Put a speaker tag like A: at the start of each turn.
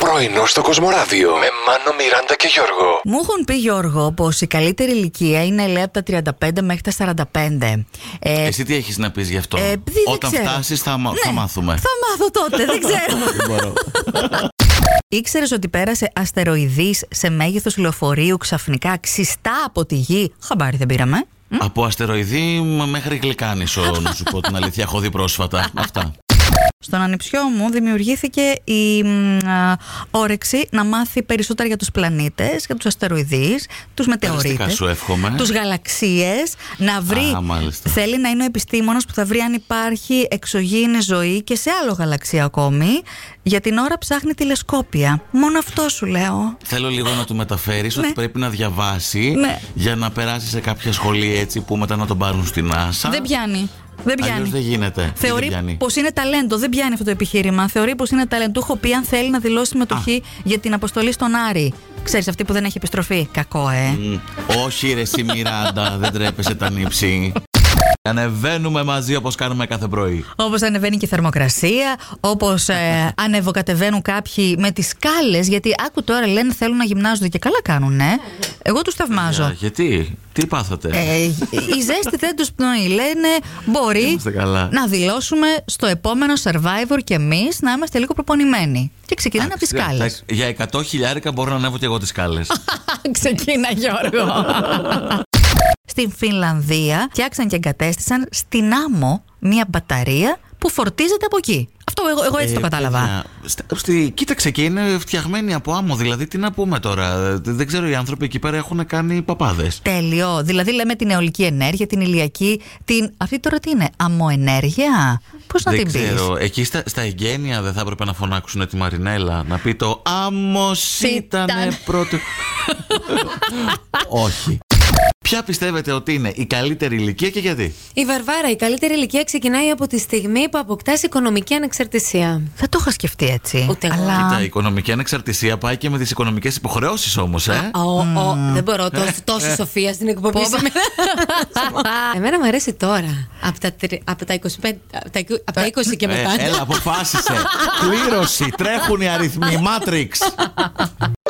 A: Πρωινό στο Κοσμοράδιο με Μάνο, Μιράντα και Γιώργο.
B: Μου έχουν πει Γιώργο πως η καλύτερη ηλικία είναι λέει από τα 35 μέχρι τα 45. Ε,
C: Εσύ τι έχεις να πεις γι' αυτό.
B: ε, επειδή δεν
C: Όταν
B: ξέρω.
C: φτάσεις θα, μα-
B: Ναι,
C: θα μάθουμε.
B: Θα μάθω τότε, δεν ξέρω.
C: Δεν μπορώ.
B: Ήξερες ότι πέρασε αστεροειδή σε μέγεθος λεωφορείου ξαφνικά ξιστά από τη γη. Χαμπάρι δεν πήραμε.
C: Από αστεροειδή μ, μέχρι γλυκάνισο, να σου πω την αλήθεια. Έχω δει πρόσφατα. Αυτά.
B: Στον ανιψιό μου δημιουργήθηκε η μ, α, όρεξη να μάθει περισσότερα για τους πλανήτες, για τους αστεροειδείς, τους μετεωρίτες,
C: σου εύχομαι.
B: τους γαλαξίες, να βρει,
C: Α, μάλιστα.
B: θέλει να είναι ο επιστήμονας που θα βρει αν υπάρχει εξωγήινη ζωή και σε άλλο γαλαξία ακόμη. Για την ώρα ψάχνει τηλεσκόπια. Μόνο αυτό σου λέω.
C: Θέλω λίγο να του μεταφέρεις ότι πρέπει να διαβάσει
B: Ναι.
C: για να περάσει σε κάποια σχολή έτσι που μετά να τον πάρουν στην άσα.
B: Δεν πιάνει. Δεν πιάνει.
C: Αλλιώς δεν γίνεται. δεν
B: Θεωρεί
C: πιάνει.
B: πως είναι ταλέντο. Δεν πιάνει αυτό το επιχείρημα. Θεωρεί πως είναι ταλέντο. Του έχω πει αν θέλει να δηλώσει συμμετοχή για την αποστολή στον Άρη. Ξέρεις αυτή που δεν έχει επιστροφή. Κακό, ε.
C: Μ, Όχι ρε εσύ Μιράντα, δεν τρέπεσαι τα νύψη. Ανεβαίνουμε μαζί όπως κάνουμε κάθε πρωί.
B: Όπως ανεβαίνει και η θερμοκρασία, όπως ε, ανεβοκατεβαίνουν κάποιοι με τις σκάλες. Γιατί άκου τώρα λένε θέλουν να γυμνάζονται και καλά κάνουν, ε. Εγώ τους θαυμάζω.
C: γιατί, τι πάθατε.
B: Ε, η ζέστη δεν τους πνοεί. Λένε μπορεί
C: Είμαστε καλά.
B: να δηλώσουμε στο επόμενο survivor και εμείς να είμαστε λίγο προπονημένοι. Και ξεκινάνε από τις σκάλες.
C: Εντάξει, Για 100 χιλιάρικα μπορώ να ανέβω και εγώ τις σκάλες.
B: Ξεκίνα Γιώργο Στην Φινλανδία φτιάξαν και εγκατέστησαν στην άμμο μια μπαταρία που φορτίζεται από εκεί Αυτό εγώ, εγώ έτσι το
C: Ε,
B: κατάλαβα
C: παιδιά, στα- στη- κοίταξε και είναι φτιαγμένη από άμμο. Δηλαδή, τι να πούμε τώρα. Δε- Δεν ξέρω, οι άνθρωποι εκεί πέρα έχουν κάνει παπάδες.
B: Τέλειο. Δηλαδή λέμε την αιωλική ενέργεια, την ηλιακή, την... Αυτή τώρα τι είναι, αμμοενέργεια. Πώς να
C: Δεν
B: την πεις.
C: ξέρω. Εκεί στα, στα εγγένεια δεν θα έπρεπε να φωνάξουν τη Μαρινέλα. Να πει το Άμμος ήταν
B: Ήταν».
C: πρώτο. Όχι. Ποια πιστεύετε ότι είναι η καλύτερη ηλικία και γιατί.
D: Η Βαρβάρα, η καλύτερη ηλικία ξεκινάει από τη στιγμή που αποκτάς οικονομική ανεξαρτησία.
B: Δεν το είχα σκεφτεί έτσι.
D: Ούτε εγώ.
B: Αλλά...
C: Κοίτα, η οικονομική ανεξαρτησία πάει και με τις οικονομικές υποχρεώσεις όμως, ε.
D: Ο, ο, δεν μπορώ τόσο, τόση σοφία στην εκπομπή
B: Πόπα.
D: σήμερα. Εμένα μου αρέσει τώρα. Από τα, τρι- από τα 25, από τα, από τα 20 και
C: Ε,
D: μετά.
C: έλα, αποφάσισε. Κλήρωση. Τρέχουν οι αριθμοί. Matrix.